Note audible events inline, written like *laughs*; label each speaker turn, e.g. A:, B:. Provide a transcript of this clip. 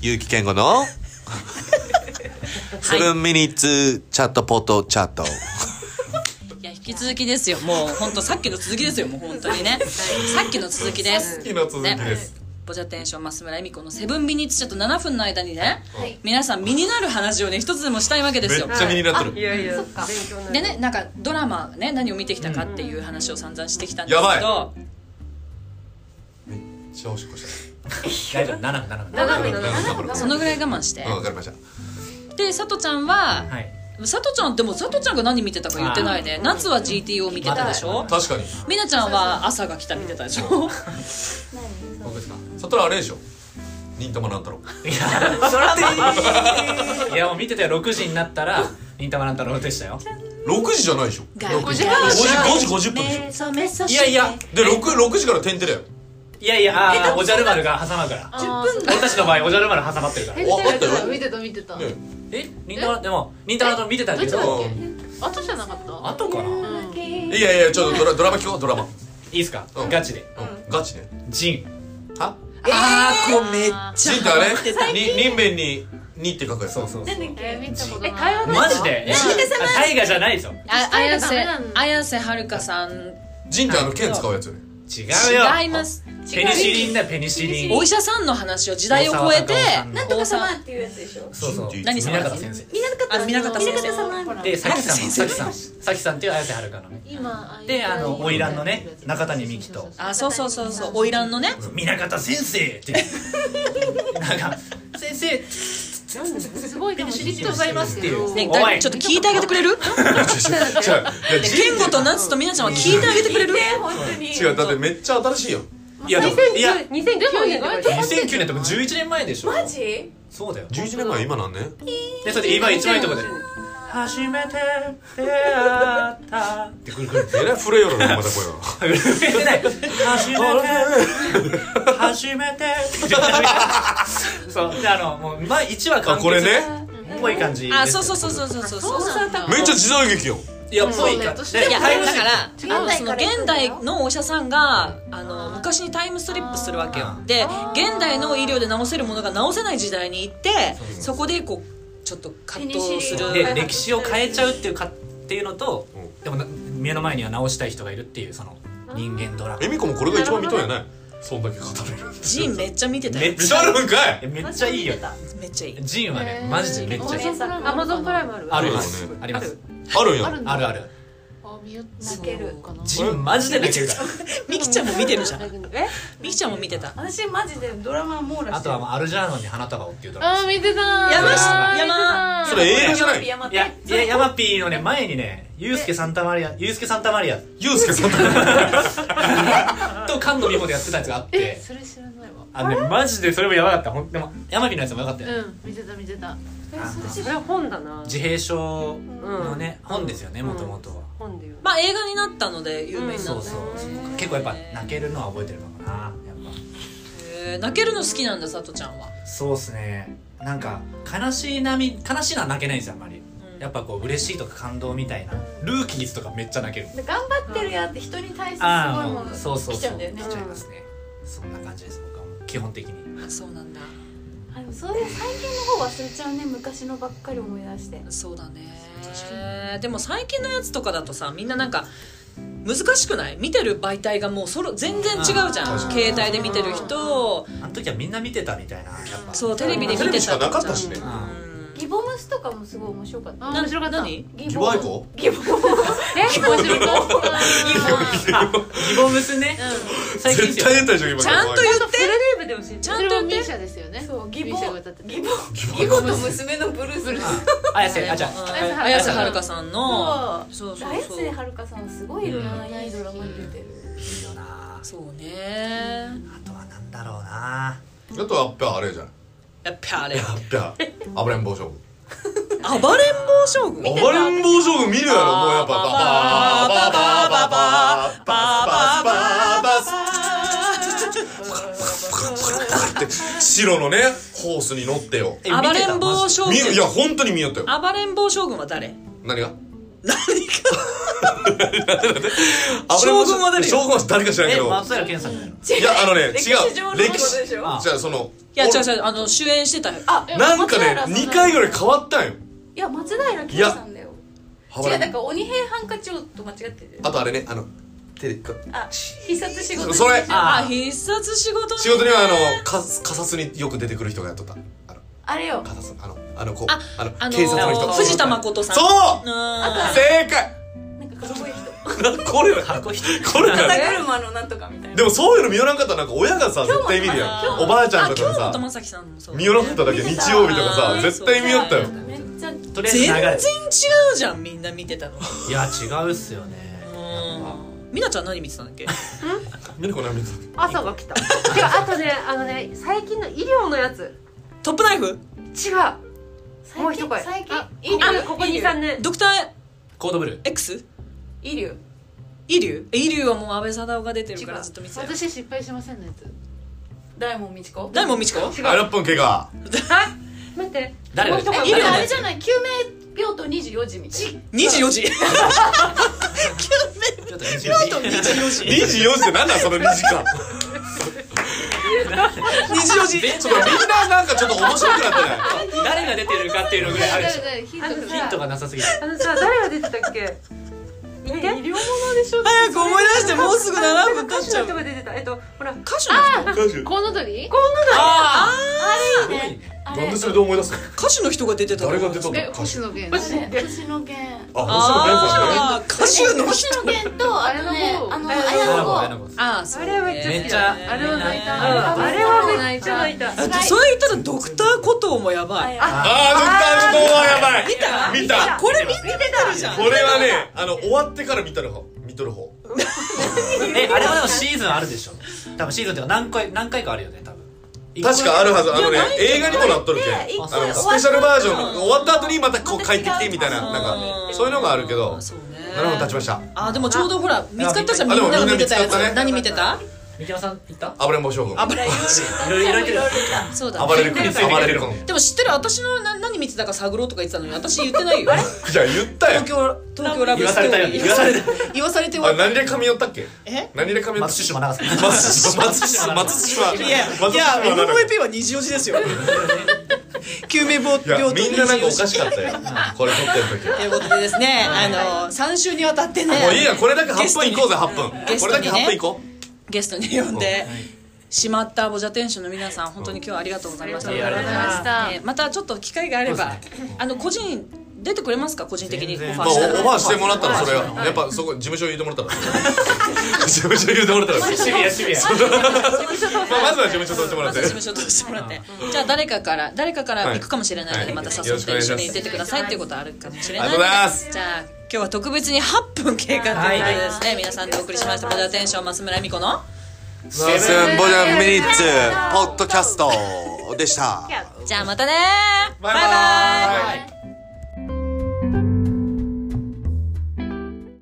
A: 結城健吾 *laughs* の7ミニッツチャットポットチャット
B: いや引き続きですよもう本当さっきの続きですよもう本当にねさっきの続きです
A: きの続きです
B: ねボジャテンション増村恵美子のセブンミニッツちょっと7分の間にね、皆さん身になる話をね一つでもしたいわけですよ
A: めっちゃ身になってる
C: いやいや勉強にな
B: で
C: る
B: ねなんかドラマね何を見てきたかっていう話を散々してきたんですけ
A: や
B: ど、
A: めっちゃおしっこし
D: 大丈夫7分7分
C: 斜め斜め
A: た
B: そのぐらい我慢 *laughs* して、
A: わかりました
B: でさとちゃんは、
D: はい
B: さとちゃんでもさとちゃんが何見てたか言ってないね夏は GTO 見てたでしょ
A: 確かに
B: みなちゃんは朝が来た見てたでしょ
A: 僕ですかそったらあれでしょ忍たまなんだろう
D: いやもう見てたよ6時になったら忍たま乱太郎でしたよ
A: 6時じゃないでしょ
B: 5時
A: 5時5時50分でしょ
E: 目覚めさ
D: い
E: し
D: やいや
A: で 6, 六時から点てだよ
D: いやいやあーおじゃる丸が挟まるから俺たちの場合おじゃる丸挟まってるから
C: え見
A: ああってた
C: た
A: よ
C: 見てた見てた
A: ね
D: え忍たまでも忍たま乱太郎見てたけ
C: どっちだっ
D: ど
C: けあとじゃなかった
D: 後かない
A: やいやちょっとドラドラマ聞こうドラマ、
D: いいっすか
A: うん
D: ガチで
A: うん、ガチね
D: ジン
A: は
B: あーこめっち
A: ジンってあれに人弁に「に」って書くやつ
D: そうそうそう
C: え見たことない
E: え台湾
D: マジでえあ大河じゃないぞ
B: ゃ *laughs* あ綾瀬
C: ダメなの
B: 綾瀬はるかさん
A: ジンってあの剣使うやつよね
D: 違う
B: 違い
D: よ
B: ます
D: ペニシリンだペニシリン
B: お医者さんの話を時代を超えて
D: なん
B: 王様
E: っていうやつでしょ
D: そうそう
A: ジンって
B: 何
A: いつ
B: 様
D: 南方先生
E: 見なかった
B: あ南方先生
E: 南方様
D: でさきさんさきさんさきさんっていう綾瀬はるかのね
C: 今
D: であの花魁のね中谷美紀と
B: あそうそうそうそう花魁のね
D: 南方先生 *laughs* ってなんか先生
C: すごいでもじっとさいますけど
B: ね
D: おい
B: だいちょっと聞いてあげてくれ *laughs* る
A: *laughs* 違ういやジ
B: 健吾と夏とみなちゃんは聞いてあげてくれる
E: 本当に
A: ン違うだってめっちゃ新しいよ
D: いやでもいや
E: 2009年とかで
D: 2009年とか11年前でしょ
E: マジ
D: そうだよ
A: 11年前今なんね
D: でそれで今一番いいとこで「初めて出会 *laughs* った」ってくるくる
A: えらい震えよるねまた声が
D: *laughs* 震えてない初めて初めて *laughs* そうであのもう前1話完
A: あこれ
D: 結
A: ね
D: っぽい感じ
B: あそうそうそうそうそうそうそう
A: めっちゃ時代劇よ
D: いやっぽい感
C: そう
D: じ
C: ね
D: で
B: いや
D: タイム
B: だ
D: スリ
B: か
D: ッ
B: らあ
E: 現
B: の
E: 代
B: その
E: から行く
B: 現
E: んだよ
B: 代のお医プさんがあの昔にタイムスリップするわけよ
D: あー
B: で現代の医療で治せるものが治せない時代に行ってそこでこうちょっと葛藤す
D: プ
B: る
D: で歴史を変えちゃうっていうかっていうのと
A: うん
D: でもな目の前には直したい人がいるっていうその人間ドラマ
A: 恵美子もこれが一番見とんやないそんだけ語れる
B: ジンめっちゃ見てたよ
D: め
A: 見とるんか
D: え
A: い
D: めっちゃいいよ
B: めっちゃいい
D: ジンはねマジでめっちゃいい
C: アマゾンプライム
D: あ
C: ある
A: る
D: り
A: よ
D: ますあります
A: あるんや
C: あるんだ
D: あるある
C: あ見よ
E: 泣ける
C: かな
D: ジンマジで泣け
C: *laughs*
D: るから
B: ミキちゃんも見てるじゃん
E: え
B: ミキちゃんも見てた
E: 私マジでドラマ網羅してる
D: あとはもうアルジャーノンに花束をっていうドラマ
C: あ
D: です
C: 見てた
B: 山
D: 下
B: 山
A: それ映画じゃない
E: 山山
D: いやいやヤマピーのね前にねユースケ・サンタマリアユースケ・サンタマ
C: *laughs*
D: リア
A: ユースケさんと
D: と菅野美穂でやってたやつがあって
C: えそれ知らないわ
D: あのねマジでそれもやばかったほんでもヤマピーのやつもやばかったよね
C: うん見てた見てた
D: あの
C: それは本だな
D: 自閉症のね
C: うん
D: 本ですよね
C: うん
D: もともとは
C: 本だよ
B: まあ映画になったので有名にな
D: そ
B: っ
D: う
B: た
D: そう結構やっぱ泣けるのは覚えてるのかなやっ
B: へー泣けるの好きなんださとちゃんは
D: ぱそうっすねなんか悲しい波悲しいのは泣けないんですよあんまり
B: うん
D: やっぱこう嬉しいとか感動みたいなルーキーズとかめっちゃ泣ける
E: 頑張ってるやって人に対してすご
D: あ
E: いも
D: あ
E: の
D: そうそうそう
E: 来ちゃうんだよね
D: 来ちゃいますねそんな感じです僕はもう基本的に
B: あそうなんだ
E: あでもそういう最近の方忘れちゃうね昔のばっかり思い出して
B: そうだねでも最近のやつとかだとさみんななんか難しくない見てる媒体がもうそろ全然違うじゃ
D: うんん
B: 携帯で見てる人
D: あの時はみんな見てたみたいなやっぱ
B: そうテレビで見
A: テレ
B: て
A: ビしか
B: た
A: なかったしね
B: うん
E: ギボムシとかもすごい面白かった
C: 面白かった
B: 何
A: ギボアイコ
E: ギボム
C: え面 *laughs* 白かった
D: あギボムスね最近で
A: 絶
D: すよ
A: 対言ったでしょ今
B: ちゃんと言って
E: シでも知
B: ちゃ
C: そ
B: んと
C: れも
B: 言っ
C: ミー
B: て
C: シャですよね
E: そうギ
C: ミ
E: ボ
C: ーシャが歌ってた
E: ギボギボの娘のブルース
D: 綾瀬あじゃ
B: うん
D: あ
B: 綾瀬はるかさんのそうそう
E: 綾
B: そう
E: 瀬はるかさんはすごいいろんないいドラマに出てる
D: いいよな
B: そうね
D: あとはなんだろうな
A: あとはやっぱあれじゃない
B: やっぱあれ
A: やっぱ暴れん坊将軍
B: 暴れん坊将軍
A: 暴れん坊将軍見るやろもうやっぱバババババババババって白のねホースに乗ってよ
D: え
B: 暴
D: 見て
B: れ
D: た
B: ん坊
D: マジ
B: 将
A: 見いや
B: 軍
A: 本当に見よったよ
B: 暴れん坊将軍は誰 *laughs*
A: 何が
B: 何か
A: 暴れん坊
B: 将軍は誰よ
A: 将軍は誰か知らんけ
D: でえ
A: ど
D: 松平健さんじゃないの
A: いやあのね違う
E: 上のこ
A: 歴
E: とで
A: 史
E: しょ
D: あ
A: じゃあその
B: や違う違うあの主演してたよ
E: あ
A: なんかね
E: 松平さんだ
A: 2回ぐらい変わったんよ
E: いや松平健さんだよ
A: 羽
E: 違うだ
A: 原
E: から鬼平ハンカチ王と間違ってる
A: あとあれねあのテレこ
E: あ必殺仕事
A: それ
B: ああ必殺仕事ね
A: 仕事にはあのか仮殺によく出てくる人がやっとったあの
E: あれよ
A: 仮殺あのあのこう
B: あ
A: あの
B: あのー
A: 警察の人
B: 藤田誠さん
A: そう
B: うーん
A: 正解 *laughs*
E: なんかかっこいい人
A: これ
D: かっこいい
A: これ
E: 肩
A: か
E: 車のなんとかみたいな
A: でもそういうの見よらんかったらなんか親がさ絶対見るや
B: 今日
A: んおばあちゃ
B: あ
A: んとか
B: 今日の
A: さ
B: 玉崎さんもそう
A: 見よらんかっただけ日曜日とか
B: あ
A: さ
B: ー
A: 絶対見よったよ
B: そう
E: めっちゃ
D: とりあえず
B: 全
D: 流
B: 然違
D: れ
B: うじゃんみんな見てたの
D: いや違うっすよね
B: うんみなちゃん何見てたんだっ
A: *laughs*
B: け
A: みなこ何見てた
C: 朝が来たてかあとねあのね最近の医療のやつ
B: トップナイフ
C: 違うもう一声
E: 最近
C: あ
E: 医療
C: ここここ
E: 医療
C: 23年
B: ドクター
D: コードブルー
B: X?
E: イリュウ
B: イリュウえイリュウはもう安倍貞夫が出てるから
E: 違う
B: ずっと見てたよ
C: 私失敗しませんのやつ
E: 大門みちこ
B: 大門みちこ
A: あ6本怪我
C: 待って
D: 誰
C: もう一
D: 誰
E: え
C: 声
E: 医
D: 誰
E: 療
D: 誰
E: あれじゃない救命病棟24時みたいな
B: 24時
D: ちょっと24時
B: 24時
A: 24時って何なんその2時間
B: 24時
A: ちょっとみんななんかちょっと面白くなってない
D: 誰が出てるかっていうのぐらいあるでしょ
E: ヒ
C: あの
D: ヒントがなさすぎて
C: あのさ誰が出てたっけ医療ものでしょ
B: 早く思い出してもうすぐ7分経っちゃう
C: 歌手の人が出てたえっとほら
B: 歌手の
A: 歌手
F: コウノドリ
D: あ
E: あれいいねあ
A: なん
E: れ
A: でそれで思い出すの
B: 歌手の人が出てたの
A: 誰が出たの
F: え
A: 歌手
F: 星野源
C: 星野源
E: 星野源
A: あ
B: ああ歌手の人
E: 星野源とあとねあの綾野剛
D: の
B: ああそ
C: あ
B: う
C: れはめっちゃ好きだ
D: めっちゃ
C: あれは泣いた
D: あ
C: あれはめっちゃ泣いた
B: あそれ言ったらドクターコトーもやばい
E: あ
A: あードクターの動画やばい見た見た
B: これみんな見てるじゃん
A: これはねあの終わってから見たる方見とる方
D: えあれはでもシーズンあるでしょ多分シーズンっていうか何回何回かあるよね多分
A: 確かあるはずあの
B: い
A: ね
B: やないんじゃない
A: 映画にもなっとるけんあ
E: 一
A: の
E: 回
A: ス
E: 終わった
A: ペシャルバージョンの終わった後にまたこう
E: ま
A: 帰
E: た違
A: っ
E: う
A: てきてみたいななんかそういうのがあるけど
B: そうね
A: 7分経ちました
B: あでもちょうどほら見つかったじゃん
A: あ
B: み
A: で
B: ん
A: も
B: なが見てたやつ
A: みんな見つかったね
B: 何見てた
D: 三山さん行った
A: 暴れん坊将軍
B: 暴れ
D: いろいろいろいろ
B: そうだ
A: 暴れる君
D: 全然
A: 暴れる君
B: でも知ってる私のな何見てたか探ろうとか言ってたのに私言ってない *laughs* よ
A: いや言ったやん
B: 東京東京ラブ
D: 言わ
B: ス
D: さ
B: ト
D: れた
B: ー
D: よ
B: リー
D: 言わされた
B: 言わされて
A: あ
B: は
A: 何で髪寄ったっけ
B: え
A: 何で髪寄った
D: 松島長瀬
A: 松島松島松島
B: いやいや MVP は24時ですよ救命病
A: いや
B: 病棟
A: みんななんかお
B: 24
A: か
B: 時
A: しかったよこれ撮ってる時
B: ということでですねあの3週にわたってね
A: もういいやこれだけ8分いこうぜ8
B: ゲ
A: 分
B: ス
A: こ
B: トにね
A: れだけ8分いこう
B: ゲストに呼んでしまったボジャ店主の皆さん本当に今日はありがとうございました、
D: ありがとうございま
C: した
B: えーまたちょっと機会があれば、あの個人出てくれますか個人的にオフ
D: 全然
B: ァ
A: ま
B: ー
A: あ、オ
B: し
A: フ
B: たら、
A: ァーしてもらったらそれはやっぱそこ事務所言うてもらったら事務所言うても
B: *laughs*
A: らったらまあ
D: シビアシビア
A: まずは事務所取ってもら
B: ま
A: って
B: ず事務所通してもらって、じゃあ誰かから誰かから行くかもしれないので、
A: はい
B: また
A: はい
B: 誘って
A: よろ
B: 一
A: しく
B: 緒
A: お願いし
B: に
A: ます
B: 出てくださいっていうことはあるかもしれ
A: あ
B: ない
A: り
B: の
A: がと
B: で
A: うございます
B: じゃあ今日は特別に8分経過ということでですね、皆さんでお送りしましたボジャ店主増村恵美子の
A: セブンボジャンミニッツポッドキャストでした
B: じゃあまたね
A: バイバイ
B: バイバイ